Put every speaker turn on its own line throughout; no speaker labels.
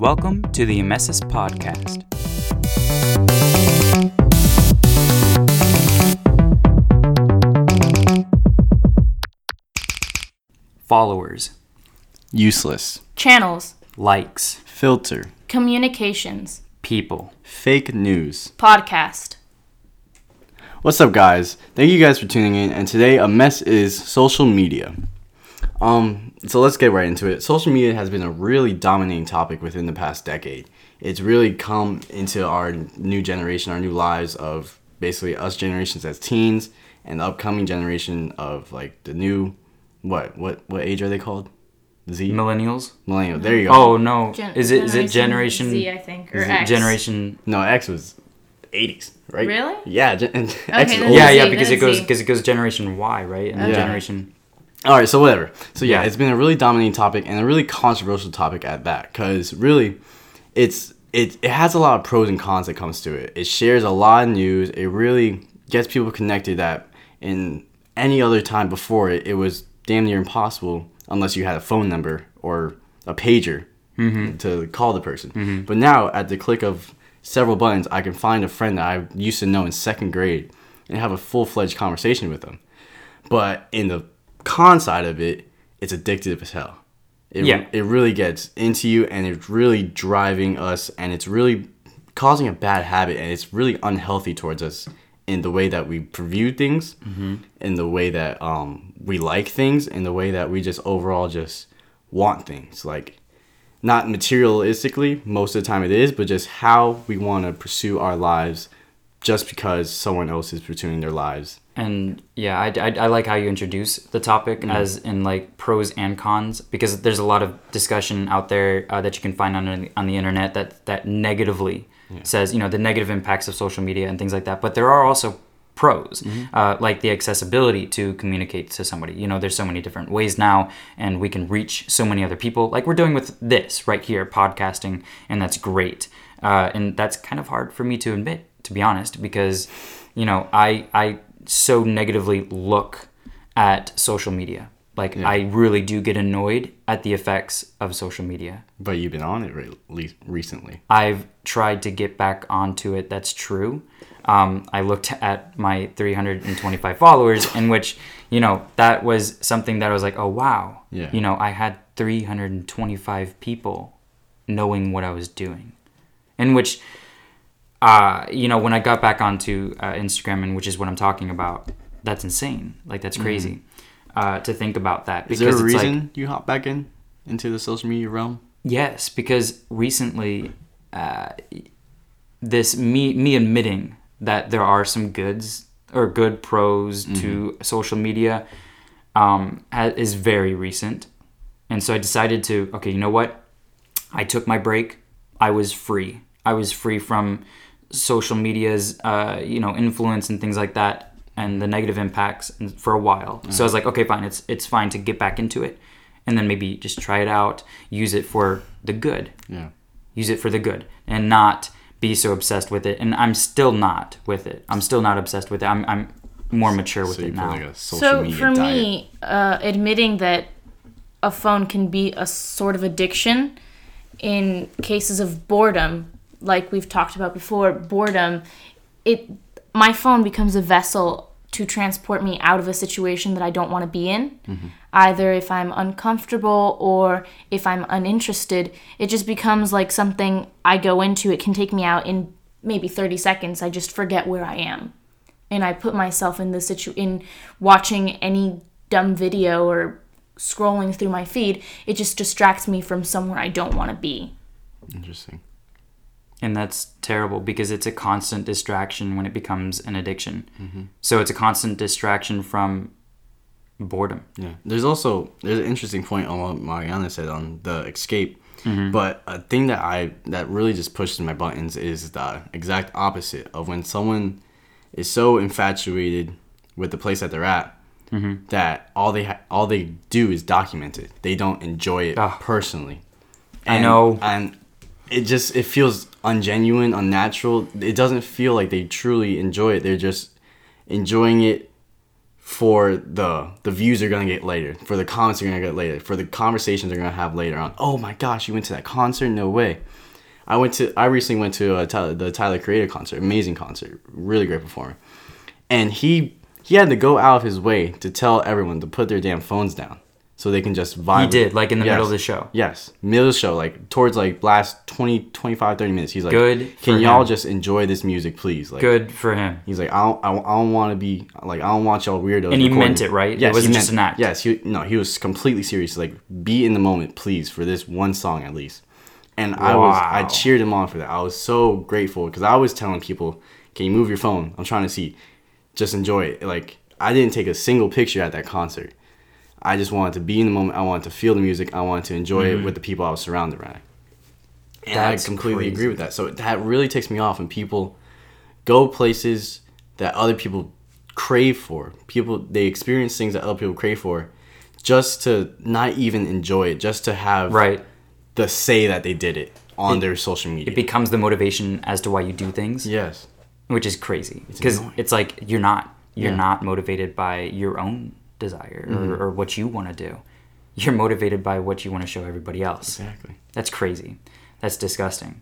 Welcome to the Emesis Podcast. Followers,
Useless.
Channels,
likes,
Filter.
communications,
people.
Fake news.
podcast.
What's up, guys? Thank you guys for tuning in. And today, a mess is social media. Um, so let's get right into it. Social media has been a really dominating topic within the past decade. It's really come into our new generation, our new lives of basically us generations as teens and the upcoming generation of like the new what what what age are they called? Z
Millennials?
millennial. There you go.
Oh no.
Gen-
is it is it generation
Z? I think or
is it
X.
generation
No, X was 80s, right?
Really?
Yeah, gen- and X
Okay,
is
then
old.
Yeah,
Z,
yeah, because it
then
goes
Z.
because it goes generation Y, right? And then
Okay.
generation
All right, so whatever. So yeah,
Yeah.
it's been a really dominating topic and a really controversial topic at that, because really, it's it it has a lot of pros and cons that comes to it. It shares a lot of news. It really gets people connected that in any other time before it, it was damn near impossible unless you had a phone number or a pager to call the person. But now, at the click of several buttons, I can find a friend that I used to know in second grade and have a full fledged conversation with them. But in the con side of it, it's addictive as hell. It,
Yeah.
it really gets into you and it's really driving us and it's really causing a bad habit and it's really unhealthy towards us in the way that we view things, in the way that um, we like things, in the way that we just overall just want things. Like, not materialistically, most of the time it is, but just how we want to pursue our lives just because someone else is pursuing their lives.
and yeah I, I, I like how you introduce the topic as in like pros and cons because there's a lot of discussion out there uh, that you can find on on the internet that that negatively says you know the negative impacts of social media and things like that but there are also pros uh, like the accessibility to communicate to somebody you know there's so many different ways now and we can reach so many other people like we're doing with this right here podcasting and that's great uh, and that's kind of hard for me to admit to be honest because you know i i so negatively look at social media like i really do get annoyed at the effects of social media
But you've been on it re- le- recently.
I've tried to get back onto it. That's true. Um, I looked at my 325 followers, in which, you know, that was something that I was like, oh, wow.
Yeah.
You know, I had 325 people knowing what I was doing. In which, uh, you know, when I got back onto uh, Instagram, and which is what I'm talking about, that's insane. Like, that's crazy uh, to think about that.
Mm-hmm. Is there a
it's like-
reason you hop back in into the social media realm?
Yes, because recently, uh, this me me admitting that there are some goods or good pros to social media um, ha- is very recent, and so I decided to okay, you know what? I took my break. I was free. I was free from social media's uh, you know influence and things like that and the negative impacts and- for a while. So I was like, okay, fine. It's it's fine to get back into it, and then maybe just try it out. Use it for the good.
Yeah.
Use it for the good, and not be so obsessed with it. And I'm still not with it. I'm still not obsessed with it. I'm I'm more mature with
So you
it
put
now.
like a social
So
media
for
diet.
me, uh, admitting that a phone can be a sort of addiction in cases of boredom, like we've talked about before, boredom, it my phone becomes a vessel to transport me out of a situation that I don't want to be in.
Mm-hmm.
Either if I'm uncomfortable or if I'm uninterested, it just becomes like something I go into. It can take me out in maybe 30 seconds. I just forget where I am and I put myself in the situ in watching any dumb video or scrolling through my feed, it just distracts me from somewhere I don't want to be.
Interesting.
and that's terrible because it's a constant distraction when it becomes an addiction
Mm-hmm.
so it's a constant distraction from boredom
Yeah. There's also there's an interesting point on what Mariana said on the escape. But a thing that I that really just pushes my buttons is the exact opposite of when someone is so infatuated with the place that they're at that all they ha- all they do is document it. They don't enjoy it
Ugh.
personally.
I know.
and it just it feels ungenuine, unnatural. It doesn't feel like they truly enjoy it. They're just enjoying it for the the views you're gonna get later, for the comments you're gonna get later, for the conversations you're gonna have later on. Oh my gosh, you went to that concert? No way. I went to I recently went to uh Tyler, the Tyler Creator concert, amazing concert, really great performer, and he he had to go out of his way to tell everyone to put their damn phones down so they can just vibe.
He
with-
did, like in the
Yes.
middle of the show.
Yes, middle of the show, like towards like last 20, 25, 30 minutes. He's like,
Good
Can
for
y'all
him.
just enjoy this music, please? Like,
Good for him.
He's like, I don't, I, don't- I don't want to be like, I don't want y'all weirdos.
And he
recording
meant
me."
it, right? It
Yes, he
wasn't just
meant-
an act.
Yes, he no, he was completely serious. Like, be in the moment, please, for this one song at least. And I was, I
Wow.
cheered him on for that. I was so grateful because I was telling people, "Can you move your phone? I'm trying to see. Just enjoy it." Like, I didn't take a single picture at that concert. I just wanted to be in the moment. I wanted to feel the music. I wanted to enjoy it with the people I was surrounded by. And
Mm-hmm. That's
I completely
crazy.
agree with that. So that really takes me off when people go places that other people crave for. People they experience things that other people crave for just to not even enjoy it, just to have
Right.
the say that they did it on their social media.
It becomes the motivation as to why you do things,
yes.
which is crazy. Because
annoying.
it's, like you're not you're
Yeah. Mm-hmm.
not motivated by your own desire or, or what you want to do. You're motivated by what you want to show everybody else.
Exactly.
That's crazy. That's disgusting.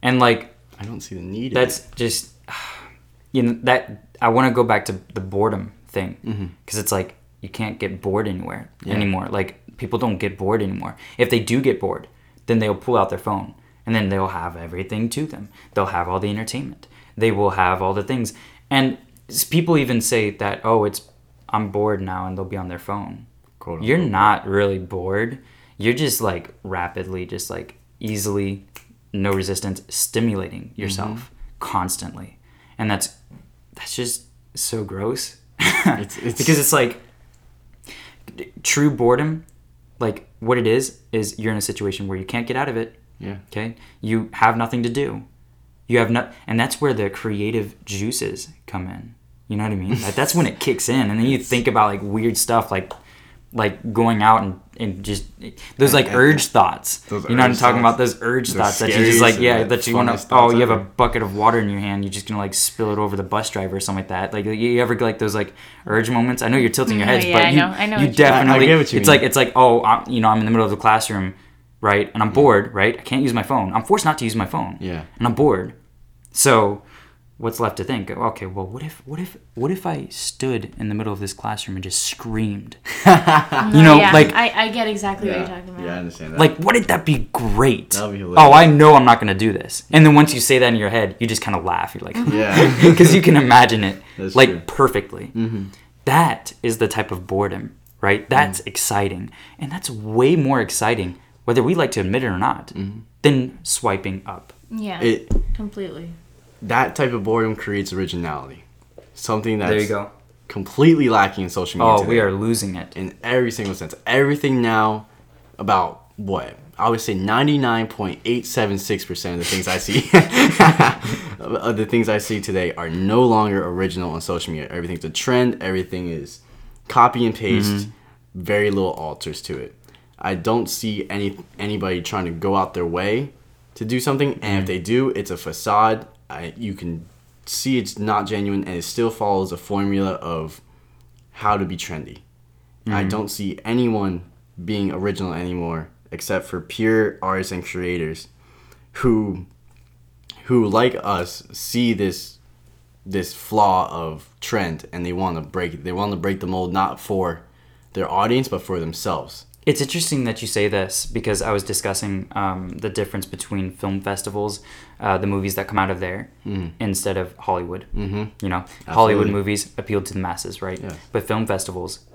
And like
I don't see the need. in
that's
it.
just you know that I want to go back to the boredom thing because it's like you can't get bored anywhere anymore. Like people don't get bored anymore. If they do get bored, then they'll pull out their phone and then they'll have everything to them. They'll have all the entertainment. They will have all the things. And s- people even say that oh, it's I'm bored now, and they'll be on their phone.
Quote,
You're
unquote.
not really bored. You're just like rapidly, just like easily, no resistance, stimulating
Mm-hmm.
yourself constantly, and that's that's just so gross.
it's-
because it's like d- true boredom. Like what it is is you're in a situation where you can't get out of it.
yeah.
Okay, you have nothing to do. You have no, and that's where the creative juices come in. You know what I mean? Like, that's when it kicks in, and then you think about like weird stuff, like like going out and, and just those like urge thoughts.
Those
you know what I'm
urge
talking about?
thoughts.
Those urge
The
thoughts that you just like
scariest
yeah
and
that you want
funnest
to oh
thoughts
you have a
ever.
bucket of water in your hand you're just gonna like spill it over the bus driver or something like that. Like you ever get like those like urge moments? I know you're tilting your
No,
heads,
Mm, yeah,
but
I
you
know- I know
you
what you mean.
I- I
definitely
get what you
it's
mean.
like it's like oh I'm, you know i'm in the middle of the classroom right and i'm bored right i can't use my phone i'm forced not to use my phone
Mm. Yeah.
and i'm bored so what's left to think Oh, okay well what if what if what if i stood in the middle of this classroom and just screamed you know
Uh, yeah,
like
I, I get exactly what you're talking about.
yeah, I understand that.
like wouldn't that be great
That'd be hilarious.
oh i know i'm not gonna do this and then once you say that in your head you just kind of laugh you're like
yeah.
because you can imagine it
That's
like
true.
perfectly. That is the type of boredom, right? That's exciting, and that's way more exciting, whether we like to admit it or not, than swiping up.
Yeah,
it
completely.
that type of boredom creates originality. Something that's
There you go.
completely lacking in social media.
Oh,
today.
we are losing it.
in every single sense. Everything now about what? I would say 99.876% of the things I see of the things I see today are no longer original on social media. Everything's a trend, everything is copy and paste, very little alters to it. I don't see any anybody trying to go out their way to do something, and if they do, it's a facade. I, you can see it's not genuine and it still follows a formula of how to be trendy. I
Mm-hmm.
don't see anyone being original anymore except for pure artists and creators who who like us see this this flaw of trend and they want to break they want to break the mold not for their audience but for themselves.
It's interesting that you say this because I was discussing um, the difference between film festivals, uh, the movies that come out of there, instead of Hollywood. Mm-hmm. You know, Hollywood
Absolutely.
movies appeal to the masses, right?
Yes.
But film festivals,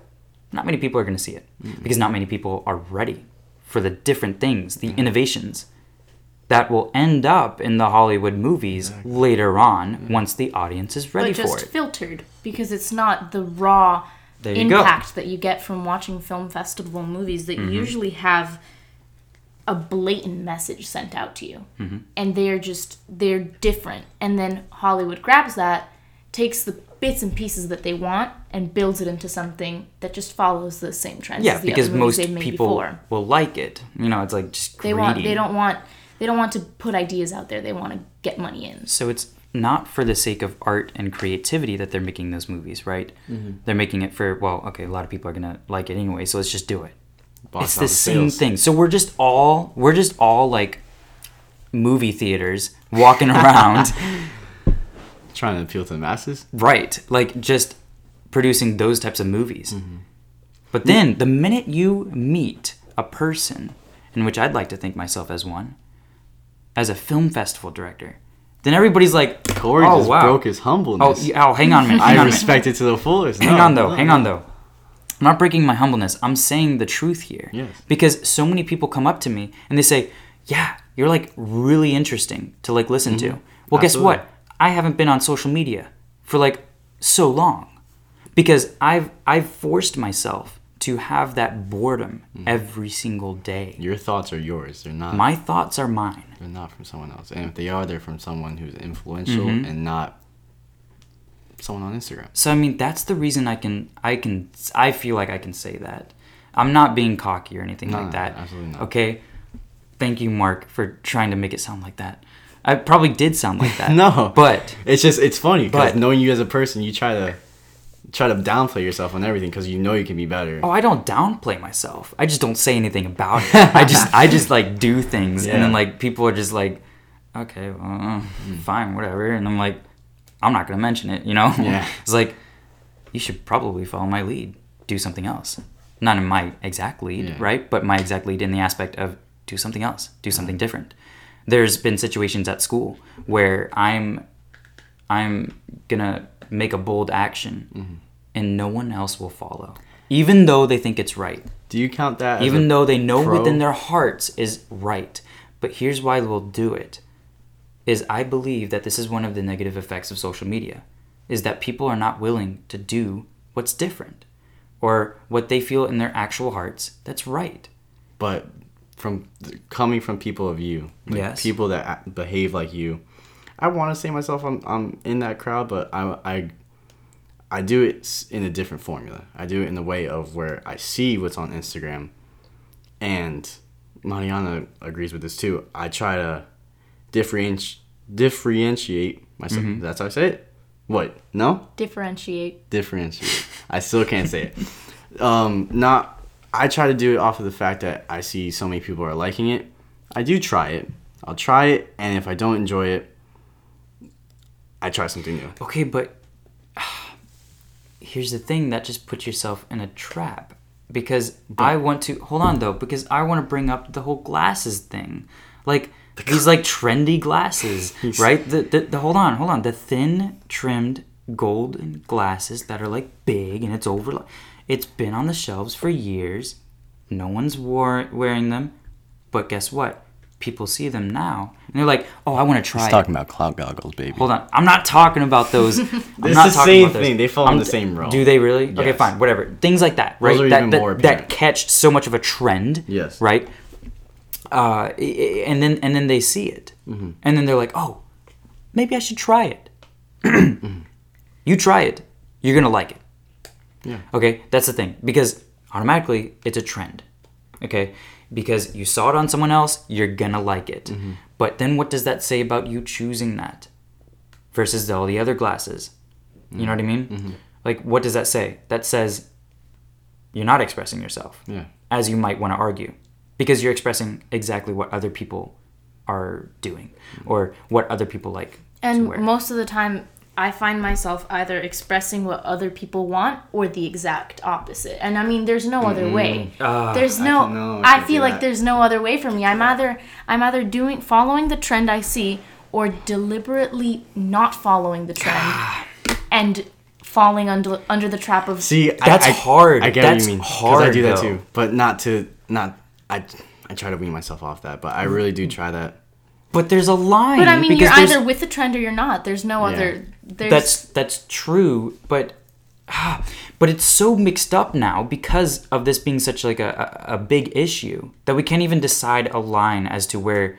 not many people are going to see it because not many people are ready for the different things, the innovations that will end up in the Hollywood movies later on once the audience is ready
But just
for it.
filtered because it's not the raw
There you go.
impact that you get from watching film festival movies that
Mm-hmm.
usually have a blatant message sent out to you.
Mm-hmm.
And they're just they're different. And then Hollywood grabs that, takes the bits and pieces that they want and builds it into something that just follows the same trends
Yeah,
as the
because
other
most
movies they've made
people
before.
will like it. You know, it's like just
They want
greedy.
they don't want they don't want to put ideas out there. They want to get money in.
So it's not for the sake of art and creativity that they're making those movies, right?
Mm-hmm.
They're making it for well, okay, a lot of people are gonna like it anyway, so let's just do it.
Box
it's the
office
same
sales.
thing. So we're just all we're just all like movie theaters walking around,
Trying to appeal to the masses.
right? Like just producing those types of movies.
Mm-hmm.
But then the minute you meet a person, in which I'd like to think myself as one, as a film festival director, then everybody's like,
Corey
"Oh
just
wow,
broke his
oh,
humbleness.
y- oh, hang on a minute, hang
I
on a minute.
respect it to the fullest.
Hang
No,
on though.
no,
Hang
no.
on though. I'm not breaking my humbleness. I'm saying the truth here.
Yes.
Because so many people come up to me and they say, "Yeah, you're like really interesting to like listen to." Well, guess
Mm-hmm. Absolutely.
what? I haven't been on social media for like so long because I've I've forced myself to have that boredom
Mm-hmm.
every single day.
Your thoughts are yours. They're not.
my thoughts are mine.
They're not from someone else. And if they are, they're from someone who's influential and not someone on Instagram.
So I mean, that's the reason I can I can I feel like I can say that. I'm not being cocky or anything
no,
like that.
absolutely not.
Okay. Thank you, Mark, for trying to make it sound like that. I probably did sound like that.
No.
But
It's just it's funny because
But-
knowing you as a person, you try to try to downplay yourself on everything because you know you can be better.
oh, I don't downplay myself. I just don't say anything about it. I just I just like do things and then
Yeah. Hmm.
like people are just like, okay, well, uh, fine, whatever. And I'm like, I'm not gonna mention it. You know?
Yeah.
it's like you should probably follow my lead. Do something else. Not in my exact lead,
Yeah.
right? But my exact lead in the aspect of do something else. Do something different. There's been situations at school where I'm I'm gonna make a bold action, and no one else will follow, even though they think it's right,
Do you count that?
even though they know
pro-
within their hearts is right. But here's why we'll do it: is I believe that this is one of the negative effects of social media, is that people are not willing to do what's different, or what they feel in their actual hearts that's right.
but from coming from people of you, like
Yes.
people that a- behave like you, I want to say myself I'm I'm in that crowd, but I I I do it s- in a different formula. I do it in the way of where I see what's on Instagram, and Mariana agrees with this too. I try to differentiate differentiate myself. That's how I say it. What? No
Differentiate.
differentiate. I still can't say it. Um, not. I try to do it off of the fact that I see so many people are liking it. I do try it. I'll try it, and if I don't enjoy it, I try something new.
Okay, but here's the thing that just puts yourself in a trap because I want to hold on though because I want to bring up the whole glasses thing, like these like trendy glasses, right? The, the the hold on, hold on, the thin trimmed golden glasses that are like big and it's over. like, It's been on the shelves for years. No one's wore, wearing them, but guess what? People see them now and they're like, "Oh, I want to try." it."
about cloud goggles, baby.
Hold on. I'm not talking about those. I'm not
the
talking
same
about those.
thing. They fall in
I'm-
the same realm.
Do they really? Okay,
Yes.
fine. Whatever. Things like that, right?
are
that,
even
that,
more
that
apparent.
catch so much of a trend.
Yes.
Right? Uh, i- i- and then and then they see it.
Mm-hmm.
And then they're like, oh, maybe I should try it. you try it. You're going to like it.
Yeah.
Okay, that's the thing. Because automatically it's a trend. Okay? Because you saw it on someone else, you're gonna like it. But then what does that say about you choosing that versus all the other glasses? You know what I mean? Like, what does that say? That says you're not expressing yourself
Yeah.
as you might want to argue, because you're expressing exactly what other people are doing or what other people like to
And
wear.
most of the time, I find myself either expressing what other people want or the exact opposite. And I mean, there's no other
Mm-hmm.
way.
Ah,
there's no. I,
can- no, I can't do
feel like
that.
there's no other way for me. I'm either I'm either doing following the trend I see or deliberately not following the trend and falling under under the trap of
See, I-
That's
I,
hard.
I get what
That's
you mean. 'cause I
hard,
do that
though.
too, but not to not. I I try to wean myself off that, but I really do try that.
but there's a line.
But I mean,
because
you're
there's-
either with the trend or you're not. There's no other. There's,
that's that's true but ah, but it's so mixed up now because of this being such like a, a, a big issue that we can't even decide a line as to where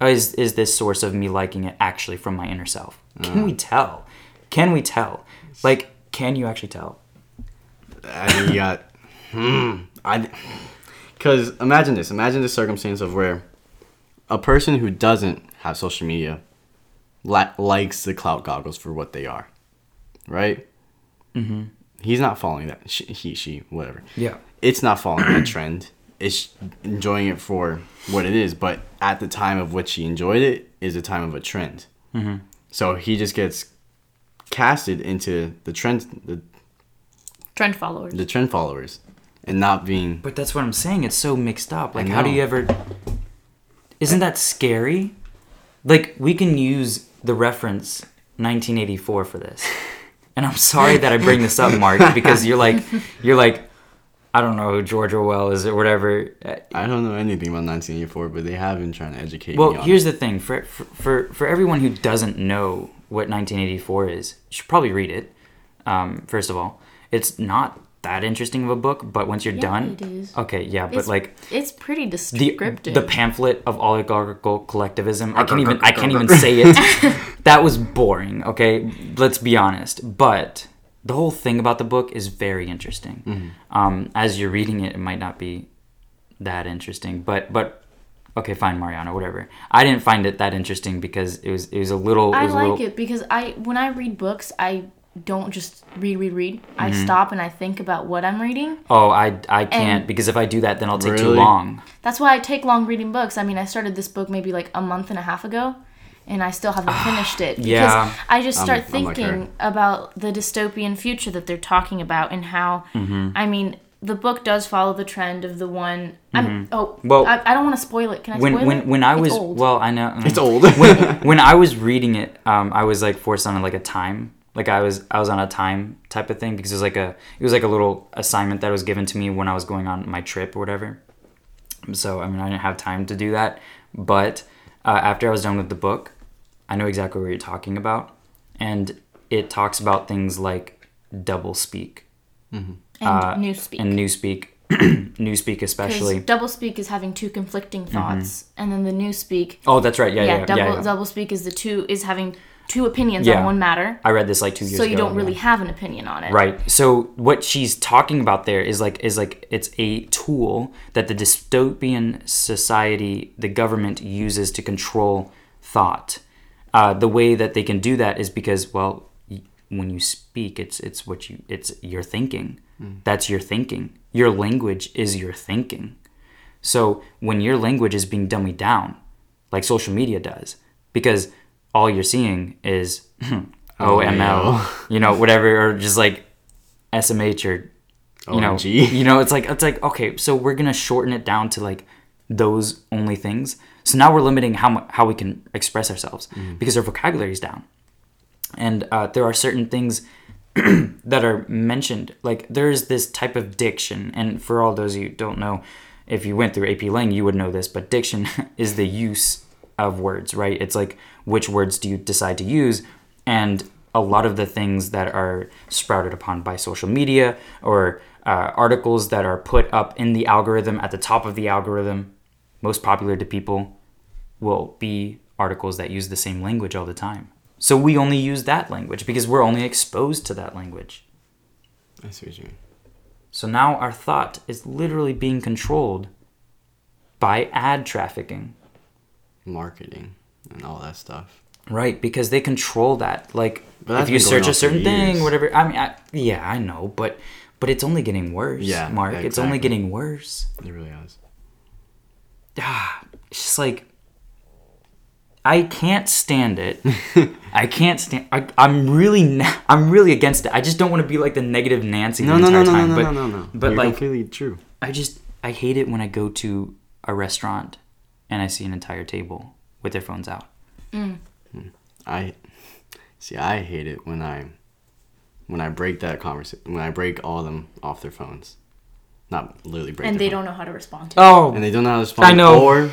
uh, is is this source of me liking it actually from my inner self can we tell can we tell like can you actually tell
I mean, yeah, hmm, I, because imagine this. Imagine the circumstance of where a person who doesn't have social media la- likes the clout goggles for what they are, right? Mm-hmm. He's not following that. She, he, she, whatever.
Yeah.
It's not following that trend. It's enjoying it for what it is. But at the time of which he enjoyed it is a time of a trend. Mm-hmm. So he just gets casted into the trend, the,
Trend followers.
the trend followers, and not being
But that's what I'm saying. It's so mixed up. Like,
I
how do
know.
you ever? Isn't that scary? Like, we can use the reference 1984 for this. And I'm sorry that I bring this up, Mark, because you're like, you're like, I don't know who George Orwell is or whatever. Uh,
I don't know anything about 1984, but they have been trying to educate me.
Well,
on
here's
it.
the thing for for for, for everyone who doesn't know what 1984 is, you should probably read it. Um, first of all, it's not that interesting of a book, but once you're done,
it is.
okay, yeah, but
It's-
like
it's pretty
the
descriptive.
the pamphlet of oligarchical collectivism. I can't even I can't even say it. that was boring. Okay, let's be honest. But the whole thing about the book is very interesting.
Mm-hmm.
Um, as you're reading it, it might not be that interesting, but but okay, fine, Mariana, whatever. I didn't find it that interesting because it was it was a little. It
I
was a
like
little,
it because I when I read books, I don't just read read read. I
Mm-hmm.
stop and I think about what I'm reading.
Oh, I I can't
And-
because if I do that, then I'll take too
Really?
long.
That's why I take long reading books. I mean, I started this book maybe like a month and a half ago, and I still haven't finished it because
Ah, yeah.
I just start
I'm like her.
thinking about the dystopian future that they're talking about and how.
Mm-hmm.
I mean, the book does follow the trend of the one. I'm, oh,
Mm-hmm. Well-
well, I, I don't want to spoil it. Can I
When
spoil
when
it?
when I
It's
was
old.
well, I know
it's old.
when I was reading it, um, I was like forced on like a time. Like I was I was on a time type of thing because it was like a it was like a little assignment that was given to me when I was going on my trip or whatever. So I mean I didn't have time to do that, but uh, after I was done with the book, I know exactly what you're talking about, and it talks about things like double speak
and
uh,
newspeak.
and newspeak, newspeak especially.
Because doublespeak is having two conflicting thoughts,
Mm-hmm.
and then the newspeak,
oh, that's right. Yeah, yeah,
yeah,
yeah.
double
yeah, yeah.
doublespeak is the two is having two opinions
Yeah.
on one matter,
I read this like two years
so
ago.
you don't
yeah.
really have an opinion on it.
Right. So what she's talking about there is like is like it's a tool that the dystopian society, the government uses to control thought. Uh, the way that they can do that is because well, y- when you speak, it's it's what you it's your thinking. That's your thinking. Your language is your thinking. So when your language is being dummied down, like social media does, because all you're seeing is hmm, OML, you know, whatever, or just like SMH or you know,
OMG.
you know, it's like it's like okay, so we're gonna shorten it down to like those only things. So now we're limiting how mu- how we can express ourselves because our vocabulary's down, and uh, there are certain things that are mentioned. Like there's this type of diction, and for all those you don't know, if you went through AP Lang, you would know this. But diction is the use of words, right? It's like which words do you decide to use, and a lot of the things that are sprouted upon by social media or uh, articles that are put up in the algorithm at the top of the algorithm, most popular to people, will be articles that use the same language all the time. So we only use that language because we're only exposed to that language.
I see what you mean.
So now our thought is literally being controlled by ad trafficking.
Marketing and all that stuff.
Right, because they control that. Like
But that's
if you
been going
search a
on for
certain thing,
years.
whatever. I mean, I, yeah, I know, but but it's only getting worse.
Yeah,
Mark, it's only
exactly.
getting worse.
It really is.
ah, it's just like I can't stand it. I can't stand. I, I'm really, na- I'm really against it. I just don't want to be like the negative Nancy
No,
the
no, no,
entire
no,
time.
no,
but,
no, no, no.
but
You're
like,
completely true.
I just, I hate it when I go to a restaurant and I see an entire table with their phones out.
I see. I hate it when I when I break that conversation. When I break all of them off their phones, not literally break.
And
their
they
phone.
don't know how to respond to it.
Oh,
And they don't know how to respond.
I know.
Or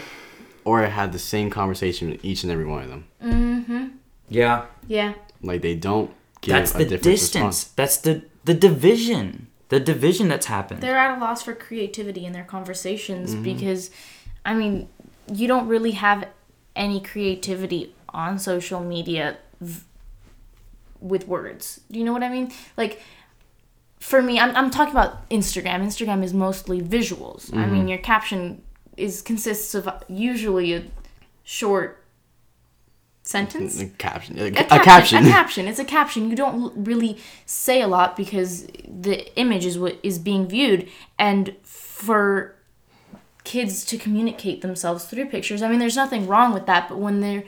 or I had the same conversation with each and every one of them.
yeah.
Yeah.
Like they don't give
That's
a
the
different
distance.
response.
That's the the division. The division that's happened.
They're at a loss for creativity in their conversations because, I mean, you don't really have any creativity on social media v- with words. Do you know what I mean? Like, for me, I'm, I'm talking about Instagram. Instagram is mostly visuals. I mean, your caption is consists of usually a short sentence.
A caption. A,
A
a
caption.
caption.
A caption. It's a caption. You don't l- really say a lot because the image is what is being viewed, and for kids to communicate themselves through pictures. I mean, there's nothing wrong with that, but when they're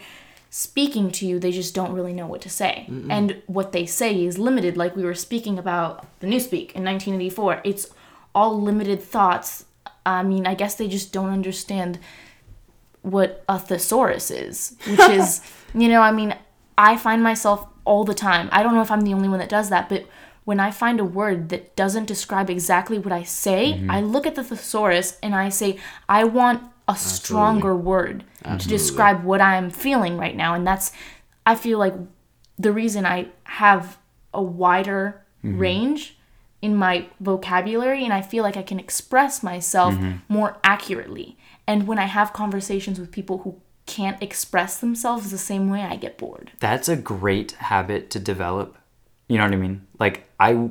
speaking to you, they just don't really know what to say, and what they say is limited. Like we were speaking about the Newspeak in 1984. It's all limited thoughts. I mean, I guess they just don't understand what a thesaurus is, which is, you know, I mean, I find myself all the time. I don't know if I'm the only one that does that, but when I find a word that doesn't describe exactly what I say, I look at the thesaurus and I say, I want a stronger word to describe what I'm feeling right now. And that's, I feel like the reason I have a wider range in my vocabulary and I feel like I can express myself more accurately. And when I have conversations with people who can't express themselves the same way, I get bored.
That's a great habit to develop. You know what I mean? Like I,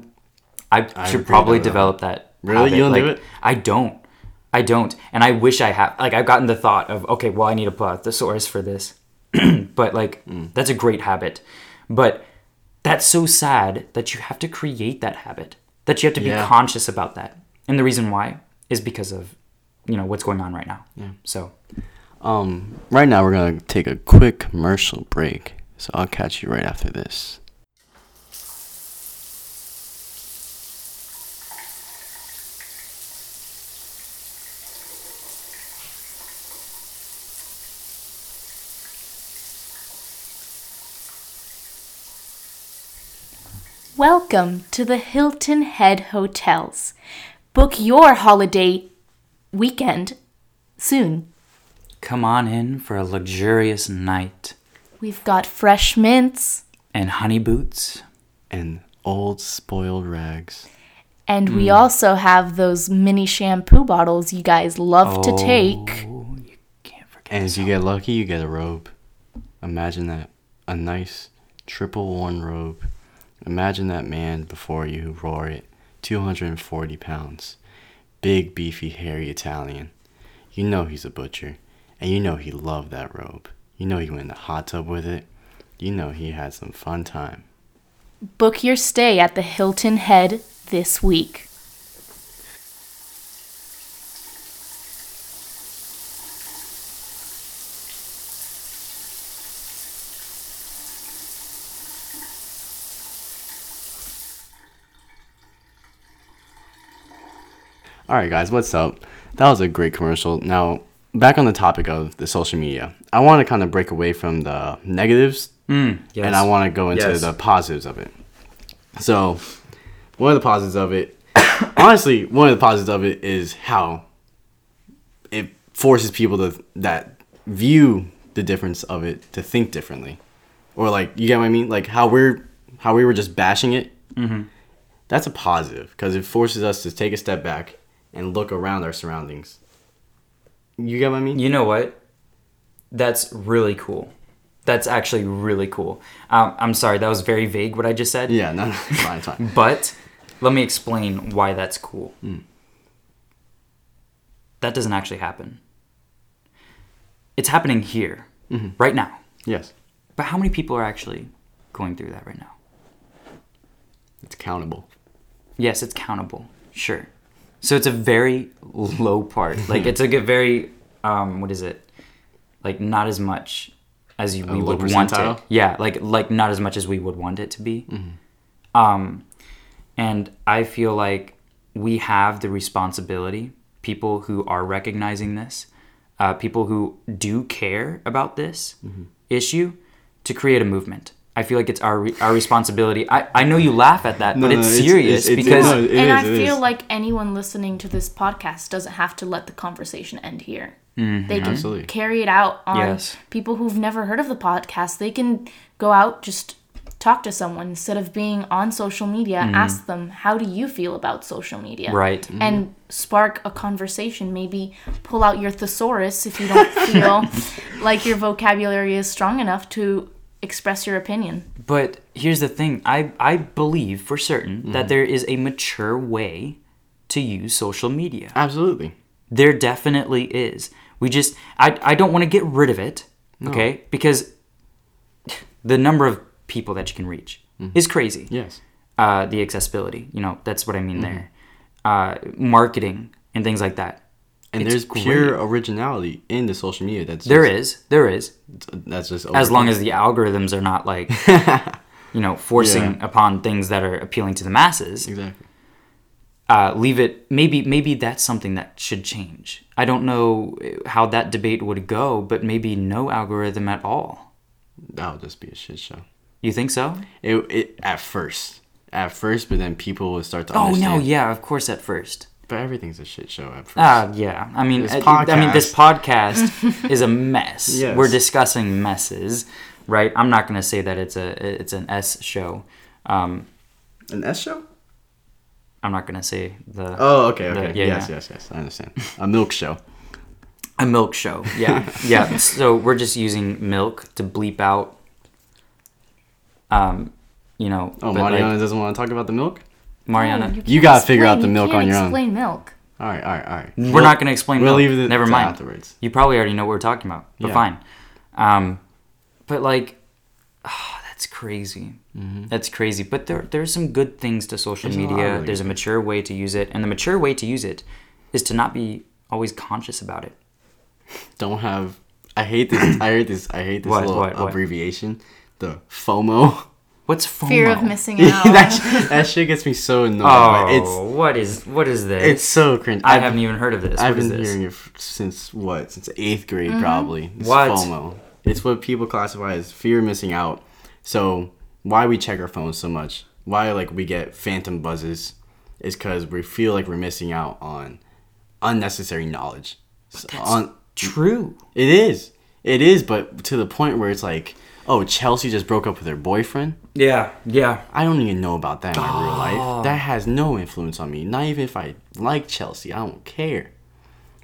I, should probably
agree with that.
develop that.
Really?
habit.
You don't
Like,
do it?
I don't. I don't. And I wish I had. Like I've gotten the thought of okay, well I need to pull out the source for this, but like
Mm.
that's a great habit. But that's so sad that you have to create that habit. That you have to be
Yeah.
conscious about that. And the reason why is because of you know what's going on right now. Yeah. So
Um, right now we're gonna take a quick commercial break, so I'll catch you right after this.
Welcome to the Hilton Head Hotels. Book your holiday weekend soon.
come on in for a luxurious night.
We've got fresh mints
and honey boots.
And old spoiled rags.
and we also have those mini shampoo bottles you guys love to take.
Oh, Can't forget.
And if you get lucky, you get a robe. Imagine that. A nice triple worn robe. Imagine that man before you who wore it. 240 pounds. Big, beefy, hairy Italian. You know he's a butcher. And you know he loved that robe. You know he went in the hot tub with it. You know he had some fun time.
Book your stay at the Hilton Head this week.
All right, guys, what's up? That was a great commercial. Now, back on the topic of the social media, I want to kind of break away from the negatives
Mm, Yes.
and I want to go into
Yes.
the positives of it. So, one of the positives of it, honestly, one of the positives of it is how it forces people to that view the difference of it to think differently, or like you get what I mean, like how we're how we were just bashing it.
Mm-hmm.
That's a positive because it forces us to take a step back and look around our surroundings. You get what I mean?
You know what? That's really cool. That's actually really cool. Um, I'm sorry, that was very vague what I just said.
Yeah, no, no, it's fine, it's fine.
But let me explain why that's cool. That doesn't actually happen. It's happening here, right now.
Yes,
But how many people are actually going through that right now?
it's accountable.
Yes, it's countable. Sure. So it's a very low part. Like it's like a very um what is it? Like not as much as you, we
low
would want it.
percentile? Mm-hmm.
Yeah, like like not as much as we would want it to be. Um and I feel like we have the responsibility, people who are recognizing this, uh, people who do care about this
Mm-hmm.
issue, to create a movement. I feel like it's our re- our responsibility. I, I know you laugh at that, but
No,
it's
no,
serious
it's- it's-
because
no, it is,
and I
it
feel
is.
like anyone listening to this podcast doesn't have to let the conversation end here. they can
Mm-hmm, Absolutely.
carry it out on
Yes.
people who've never heard of the podcast. They can go out, just talk to someone instead of being on social media,
Mm-hmm.
ask them, How do you feel about social media?
Right.
And
Mm-hmm.
spark a conversation. Maybe pull out your thesaurus if you don't feel like your vocabulary is strong enough to express your opinion.
But here's the thing I, I believe for certain that there is a mature way to use social media.
Absolutely.
There definitely is. We just, I, I don't want to get rid of it, okay? Because the number of people that you can reach is crazy.
Yes.
Uh, the accessibility, you know, that's what I mean there. Uh, marketing and things like that.
And
It's
there's pure originality in the social media. That's
There
just,
is, there is.
That's just
As long as the algorithms are not like, you know, forcing upon things that are appealing to the masses.
exactly.
uh, leave it maybe maybe that's something that should change i don't know how that debate would go but maybe no algorithm at all
That'll just be a shit show.
you think so
It, it at first, at first, but then people will start to.
oh no
understand.
yeah of course at first
But everything's a shit show at first.
uh, yeah i mean
This
I, I mean this podcast is a mess
Yes.
we're discussing messes right i'm not going to say that it's a it's an s show um,
An S show?
i'm not going to say the
Oh, okay, okay.
yeah,
yes,
yeah.
yes, yes. I understand. A milk show.
a milk show yeah yeah so we're just using milk to bleep out um you know
Oh,
but,
Mariana
like,
doesn't want to talk about the milk.
Mariana.
can't
gotta figure out the
explain-
milk
you can't
on your own.
Explain milk.
All right, all right, all right.
We're not going to explain.
We'll
milk.
leave it.
Never
to
mind.
Afterwards.
You probably already know what we're talking about, but
Yeah.
fine. Um, but like, ah, that's crazy. That's crazy. But there, there's some good things to social
Mm-hmm. There's a lot of
media.
really
there's a mature way to use it, and the mature way to use it is to not be always conscious about it.
Don't have. I hate this. I hate this. I hate this
What,
little
what, what?
abbreviation. The FOMO.
What's FOMO?
Fear of missing out.
that, sh- that shit gets me so annoyed.
Oh,
but It's
what is what is this?
it's so cringe.
I haven't even heard of this.
I've
what is
been
this?
hearing it f- since what? Since eighth grade, probably. It's
What?
FOMO. It's what people classify as fear of missing out. So why we check our phones so much? Why like we get phantom buzzes? Is because we feel like we're missing out on unnecessary knowledge. So on,
True.
it is. It is, but to the point where it's like, oh, Chelsea just broke up with her boyfriend.
Yeah. Yeah.
I don't even know about that in my real
Ah.
life. That has no influence on me. Not even if I like Chelsea, I don't care.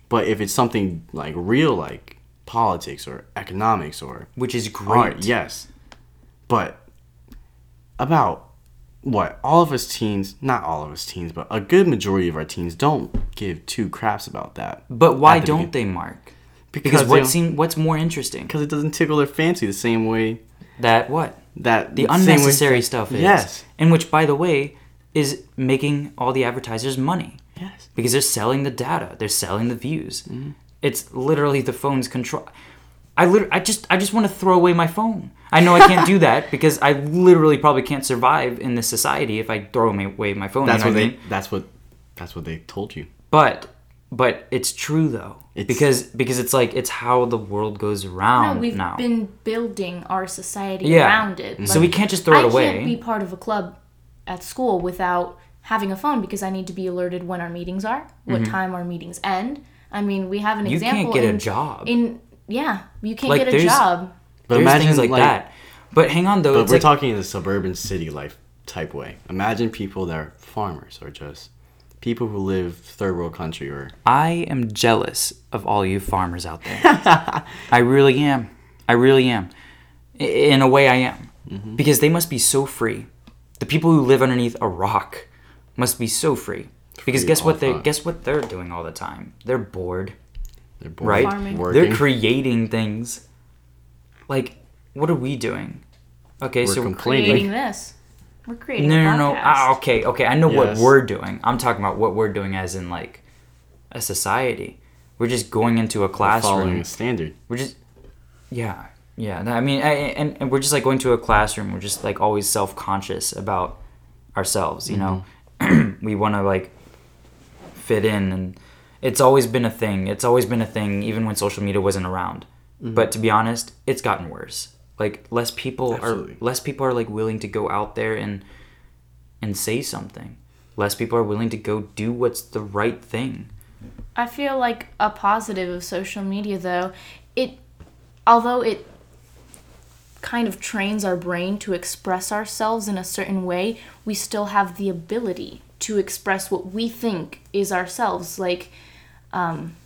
But if it's something like real, like politics or economics or
Which is great.
art, yes. But about what all of us teens, not all of us teens, but a good majority of our teens don't give two craps about that.
But why
At the
don't
begin-
they mark?
Because,
Because
what
what seem what's more interesting?
because it doesn't tickle their fancy the same way
That what?
that
the
same way-
unnecessary stuff is.
Yes.
And which, by the way, is making all the advertisers money.
Yes.
Because they're selling the data, they're selling the views.
Mm-hmm.
It's literally the phone's control. I literally, I just, I just want to throw away my phone. I know I can't do that because I literally probably can't survive in this society if I throw me- away my phone. you
That's
know
what
I
they.
mean?
That's what. That's what they told you.
But, but it's true though.
It's-
because because it's like it's how the world goes around
No, we've
now.
been building our society
Yeah.
around it.
So we can't just throw it
I
away.
can't be part of a club at school without having a phone because I need to be alerted when our meetings are, what time our meetings end. I mean, we have an
Mm-hmm. You can't
example.
get a
in-
job.
In yeah, you can't
Like,
get a
there's-
job.
But
There's
imagine
things like, that. But hang on though.
But
it's
we're
like-
talking in a suburban city life type way. Imagine people that are farmers or just people who live third world country or
I am jealous of all you farmers out there. I really am. I really am. I- In a way, I am.
Mm-hmm.
Because they must be so free. The people who live underneath a rock must be so free. Because
Free
guess
all
what
the
they
time.
guess what they're doing all the time. They're bored,
they're born
right?
Farming.
working.
They're creating things. Like, what are we doing? Okay,
We're
so
complaining.
Creating this, we're creating.
no,
a
no, no.
podcast.
Ah, okay, okay. I know what
Yes.
we're doing. I'm talking about what we're doing as in like a society. We're just going into a
following
classroom.
a standard.
We're just, yeah, yeah. No, I mean, I, and, and we're just like going to a classroom. We're just like always self conscious about ourselves. You know, we want to like fit in, and it's always been a thing. It's always been a thing, even when social media wasn't around. But to be honest, it's gotten worse. Like less people
Absolutely.
are less people are like willing to go out there and and say something. Less people are willing to go do what's the right thing.
I feel like a positive of social media though, it although it kind of trains our brain to express ourselves in a certain way, we still have the ability to express what we think is ourselves like um,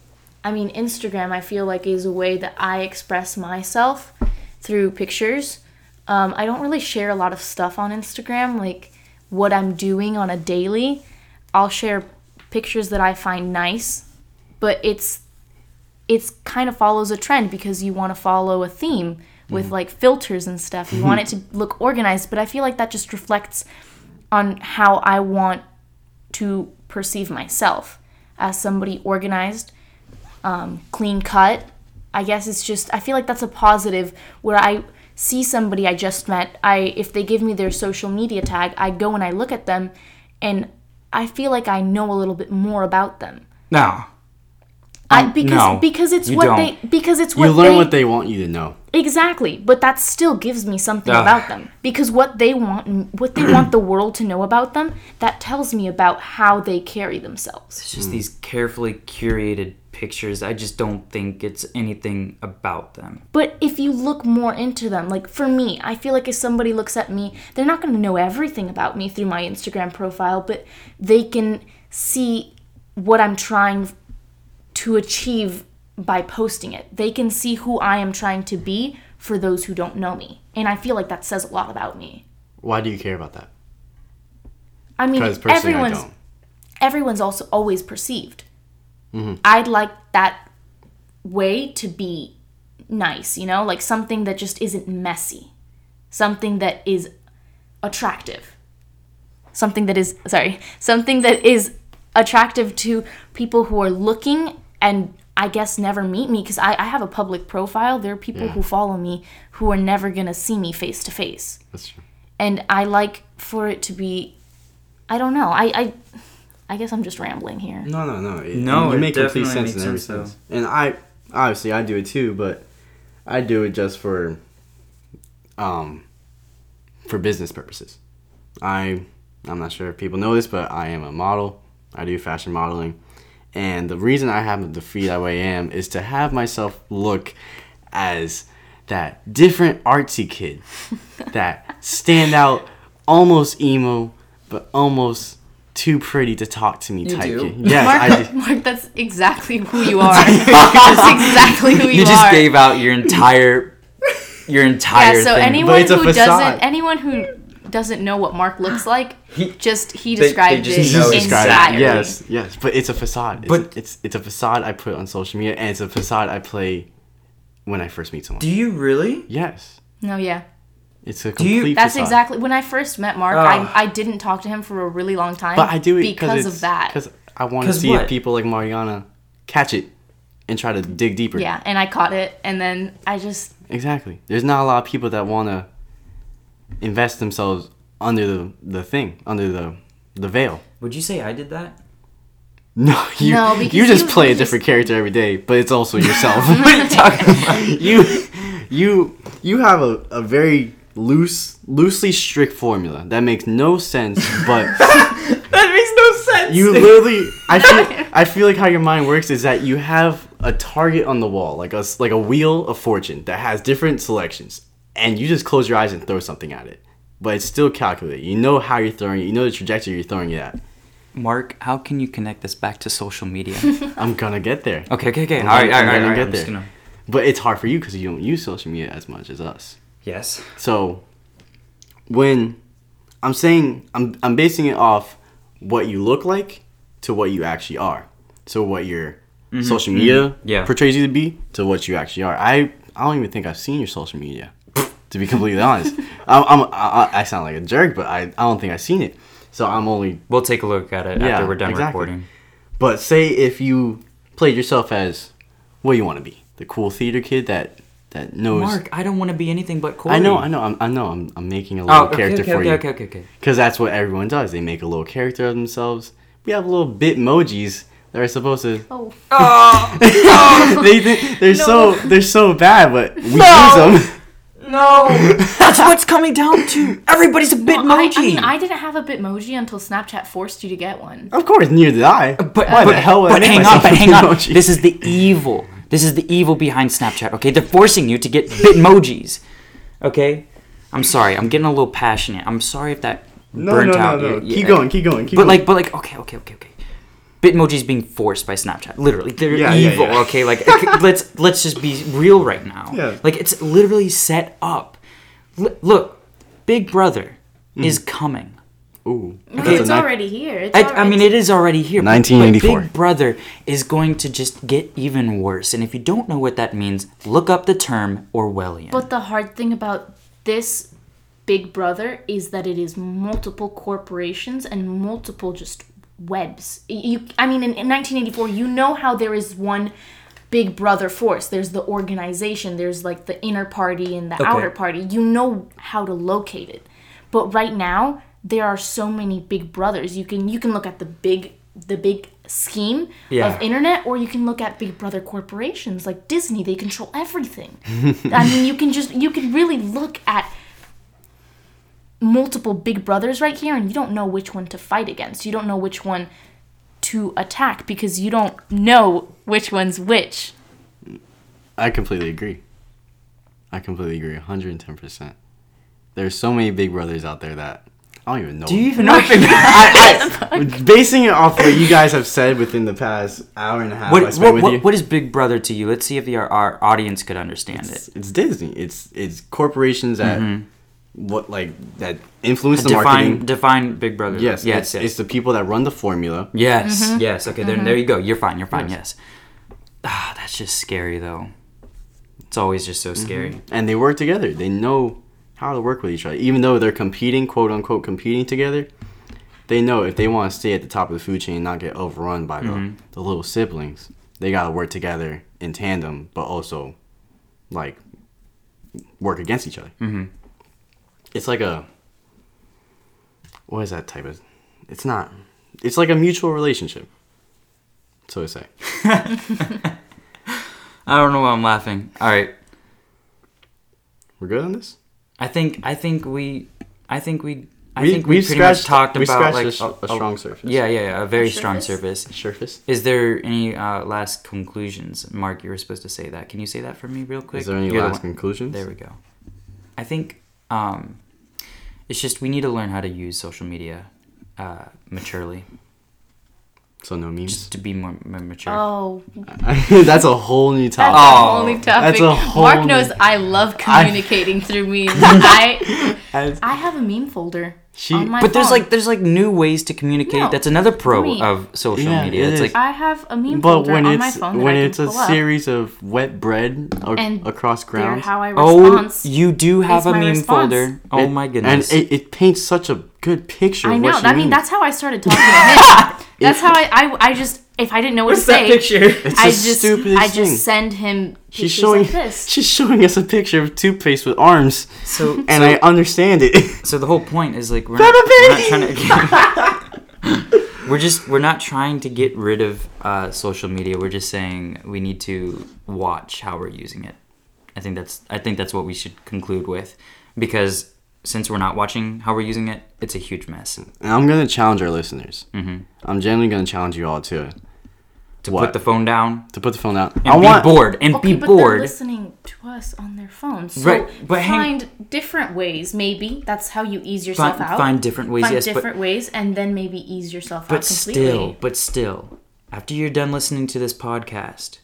I mean, Instagram, I feel like, is a way that I express myself through pictures. Um, I don't really share a lot of stuff on Instagram, like what I'm doing on a daily. I'll share pictures that I find nice, but it's it's kind of follows a trend because you want to follow a theme with like filters and stuff. You want it to look organized, but I feel like that just reflects on how I want to perceive myself as somebody organized, um, clean cut. I guess it's just I feel like that's a positive where I see somebody I just met. I if they give me their social media tag, I go and I look at them, and I feel like I know a little bit more about them.
No.
I, because
no,
because it's
you
what
don't.
they because it's what
You learn
they,
what they want you to know.
Exactly, but that still gives me something
Ugh.
about them because what they want, what they want the world to know about them, that tells me about how they carry themselves.
It's
Hmm.
just these carefully curated pictures. I just don't think it's anything about them.
But if you look more into them, like for me, I feel like if somebody looks at me, they're not going to know everything about me through my Instagram profile, but they can see what I'm trying to achieve by posting it. They can see who I am trying to be for those who don't know me. And I feel like that says a lot about me.
Why do you care about that?
I mean,
Because personally,
everyone's
I don't.
everyone's also always perceived. I'd like that way to be nice, you know, like something that just isn't messy, something that is attractive, something that is, sorry, something that is attractive to people who are looking and I guess never meet me because I, I have a public profile. There are people who follow me who are never going to see me face to face
That's true.
and I like for it to be. I don't know. I I, I guess I'm just rambling here.
No, no, no. It,
No,
you
it
make complete
definitely
sense
makes
in every
sense, though.
sense. And I obviously I do it too, but I do it just for um for business purposes. I I'm not sure if people know this, but I am a model. I do fashion modeling. And the reason I have the feed that way I am is to have myself look as that different artsy kid, that standout, almost emo, but almost too pretty to talk to me type
do?
kid. Yes, I
Mark,
do.
Mark, that's exactly who you are. that's exactly who you,
You just
are.
gave out your entire your entire
yeah. So
thing.
anyone
it's a
who
facade.
doesn't anyone who doesn't know what Mark looks like, just he
they
described
just
it
know
Just
it's
describe it.
entirely.
Yes, yes, but it's a facade. It's
But-
a, it's it's a facade I put on social media, and it's a facade I play when I first meet someone.
Do you really?
yes,
No, yeah.
it's a
you-
complete.
That's
facade.
exactly when I first met Mark.
Ugh.
I, I didn't talk to him for a really long time.
But I do it
because of that.
Because I want to
'Cause
see
what?
if people like Mariana catch it and try to dig deeper.
Yeah, and I caught it, and then I just
exactly. There's not a lot of people that want to invest themselves under the the thing, under the the veil.
Would you say I did that?
No, you
No, because
you just
you-
play a
you
different
just-
character every day, but it's also yourself.
What are you talking about?
you you you have a, a very loose loosely strict formula that makes no sense but
that makes no sense.
you literally I feel I feel like how your mind works is that you have a target on the wall like a s- like a wheel of fortune that has different selections and you just close your eyes and throw something at it but it's still calculated you know how you're throwing it you know the trajectory you're throwing it at
Mark, how can you connect this back to social media?
I'm gonna get there
Okay, okay, okay. All
I'm
right, all right, all
gonna
right.
get
I'm just
there.
gonna.
but it's hard for you because you don't use social media as much as us
Yes.
So when I'm saying I'm I'm basing it off what you look like to what you actually are. So what your social media
Mm-hmm. Yeah.
portrays you to be to what you actually are. I I don't even think I've seen your social media. To be completely honest, I'm, I'm I, I sound like a jerk, but I, I don't think I've seen it. So I'm only
We'll take a look at it
Yeah,
after we're done
exactly.
recording.
but say if you played yourself as what you want to be, the cool theater kid that that knows.
Mark, I don't want to be anything but Corey.
I know, I know, I'm, I know. I'm, I'm making a little
Oh, okay,
character
okay,
for
okay,
you.
okay, okay, okay.
Because that's what everyone does. They make a little character of themselves. We have little bit emojis that are supposed to.
oh
Oh.
They, they they're so they're so bad, but we
No.
use them.
No, that's what's coming down to. Everybody's a bitmoji.
I, I mean, I didn't have a Bitmoji until Snapchat forced you to get one.
Of course, neither did I.
But,
why
but,
the hell would I
but
make
hang on,
myself
but
an
hang on.
emoji?
This is the evil. This is the evil behind Snapchat. Okay, they're forcing you to get bitmojis. Okay, I'm sorry. I'm getting a little passionate. I'm sorry if that
no,
burnt
no, no,
out.
no.
your-
Keep
yeah.
going, keep going, keep
But
going.
like, but like, okay, okay, okay, okay. Bitmojis being forced by Snapchat. Literally, they're
Yeah, yeah,
evil.
yeah.
Okay, like okay, let's let's just be real right now.
Yeah.
Like it's
Mm-hmm.
literally set up. L- look, Big Brother is coming.
Ooh.
Well,
That's a
it's
nice-
already here. It's
I, I
already-
mean, it is already here. but-
1984.
But Big Brother is going to just get even worse. And if you don't know what that means, look up the term Orwellian.
But the hard thing about this Big Brother is that it is multiple corporations and multiple just webs. You, I mean, in, in 1984, you know how there is one Big Brother force. There's the organization. There's like the inner party and the outer party. You know how to locate it. But right now, there are so many Big Brothers. You can you can look at the big the big scheme
Yeah.
of internet or you can look at big brother corporations like disney they control everything I mean, you can just you can really look at multiple big brothers right here, and you don't know which one to fight against. You don't know which one to attack because you don't know which one's which.
I completely agree. I completely agree. 110%. There's so many big brothers out there that I don't even know.
Do you even know what Big Brother
Basing it off what you guys have said within the past hour and a half I
what,
spent
what,
with you.
what, what is Big Brother to you? Let's see if the, our, our audience could understand
it's,
it.
it's Disney. It's it's corporations that what like that influence the
Mm-hmm. Define
marketing.
define Big Brother.
Yes,
yes,
it's,
yes.
it's the people that run the formula.
Yes, yes. Okay, then there you go. You're fine. You're fine. Yes. Ah, that's just scary though. It's always just so scary.
and they work together. They know how to work with each other, even though they're competing, quote unquote, competing together. They know if they want to stay at the top of the food chain and not get overrun by the,
Mm-hmm.
the little siblings, they gotta work together in tandem, but also like work against each other. Mm-hmm. It's like a what is that type of? It's not. It's like a mutual relationship. So to say.
I don't know why I'm laughing. All right.
We're good on this.
I think I think we I think we I
We-
think we
we've
pretty much
scratched-
talked
we
about
scratched
like
a s- a strong surface.
Yeah, yeah, yeah, a very
A
strong
surface?
surface.
Surface.
Is there any uh, last conclusions, Mark? You were supposed to say that. Can you say that for me, real quick?
Is there any
You're the
last
one-
conclusions?
There we go. I think um, it's just we need to learn how to use social media uh, maturely,
So no memes.
just to be more, more mature.
Oh,
That's a whole new
that's
Oh,
topic.
a whole new topic.
that's a whole
Mark
new-
knows I love communicating through memes. I
As-
I have a meme folder
She-
on my
but there's
phone.
like there's like new ways to communicate.
No,
That's another pro
I mean-
of social
Yeah,
media.
it
It's
is.
like
I have a meme
but
folder
when
on my
it's
phone that
when
I
it's
can
a
pull up.
series of wet bread a-
and
across
they're
grounds,
How I
oh,
respond.
you do have
is
a
my
meme
response.
folder. Oh
it-
my goodness.
and it, it paints such a good picture.
I
of
know.
What she
I mean,
means.
that's how I started talking to him. That's how I, I, I just if I didn't know what to say,
picture?
it's
I
the
just
stupidest
I just
thing.
send him
She's
pictures
showing
like this.
she's showing us a picture of toothpaste with arms,
So
and I understand it.
So the whole point is like we're not, we're not trying to. we're just we're not trying to get rid of uh, social media. We're just saying we need to watch how we're using it. I think that's I think that's what we should conclude with, because since we're not watching how we're using it, it's a huge mess.
and I'm gonna challenge our listeners. Mm-hmm. I'm generally gonna challenge you all to
To
What?
put the phone down
to put the phone out.
and
I
be
want
bored and be
Okay, but they're
bored.
listening to us on their phones. So
Right, but hang-
find different ways. Maybe that's how you ease yourself
Find,
out.
find different ways.
Find
yes, but
different ways, and then maybe ease yourself out
But
completely.
still, but still, after you're done listening to this podcast,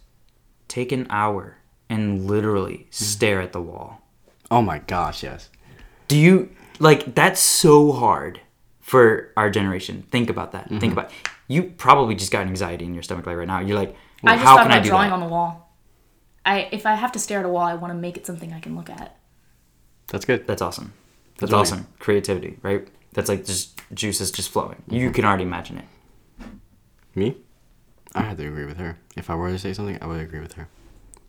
take an hour and literally
Mm-hmm.
stare at the wall.
Oh my gosh, yes.
Do you like that's so hard for our generation? Think about that.
Mm-hmm.
Think about you probably just got anxiety in your stomach like right now. You're like,
I
well,
just
how
thought
can I
about
do
drawing
that?
on the wall. I if I have to stare at a wall, I want to make it something I can look at.
That's good.
that's awesome. That's
Drawing.
awesome. Creativity, right? That's like just juices just flowing.
Mm-hmm.
You can already imagine it.
Me? I had to agree with her. If I were to say something, I would agree with her.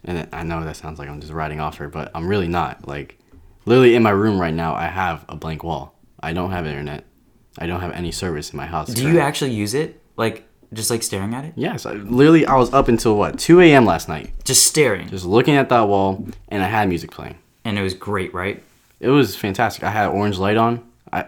And it- I know that sounds like I'm just riding off her, but I'm really not. Like, literally in my room right now, I have a blank wall. I don't have internet. I don't have any service in my house.
Do you actually use it? Like just like staring at it?
Yes, I, literally, I was up until what 2 a.m. last night,
Just staring.
just looking at that wall, and I had music playing.
and it was great, right?
It was fantastic. I had orange light on. I,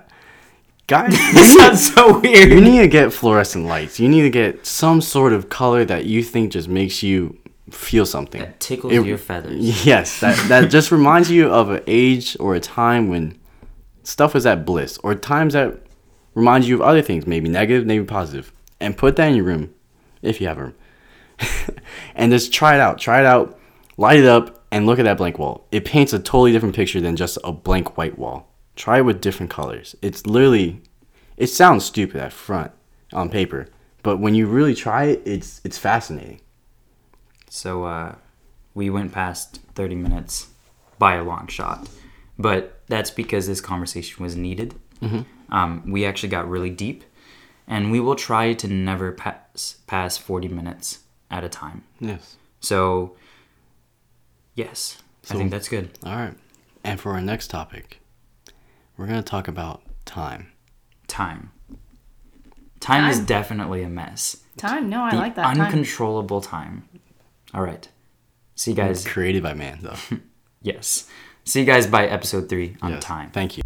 guys, you
This sounds so weird.
you need to get fluorescent lights. You need to get some sort of color that you think just makes you feel something.
That tickles
It-
your feathers.
Yes, that that just reminds you of an age or a time when stuff was at bliss, or times that remind you of other things, maybe negative, maybe positive, and put that in your room, if you have a room, and just try it out. Try it out, light it up, and look at that blank wall. It paints a totally different picture than just a blank white wall. Try it with different colors. It's literally, It sounds stupid at front on paper, but when you really try it, it's it's fascinating.
So uh, we went past 30 minutes by a long shot, but that's because this conversation was needed.
Mm-hmm.
Um, we actually got really deep, and we will try to never pass pass 40 minutes at a time.
Yes.
So, yes, I think that's good.
All right. And for our next topic, we're going to talk about time.
Time. Time is definitely a mess.
Time? No, I like that. time.
Uncontrollable time. All right. See you guys.
Mm. Created by man, though.
Yes. See you guys by episode three on
Yes.
time.
Thank you.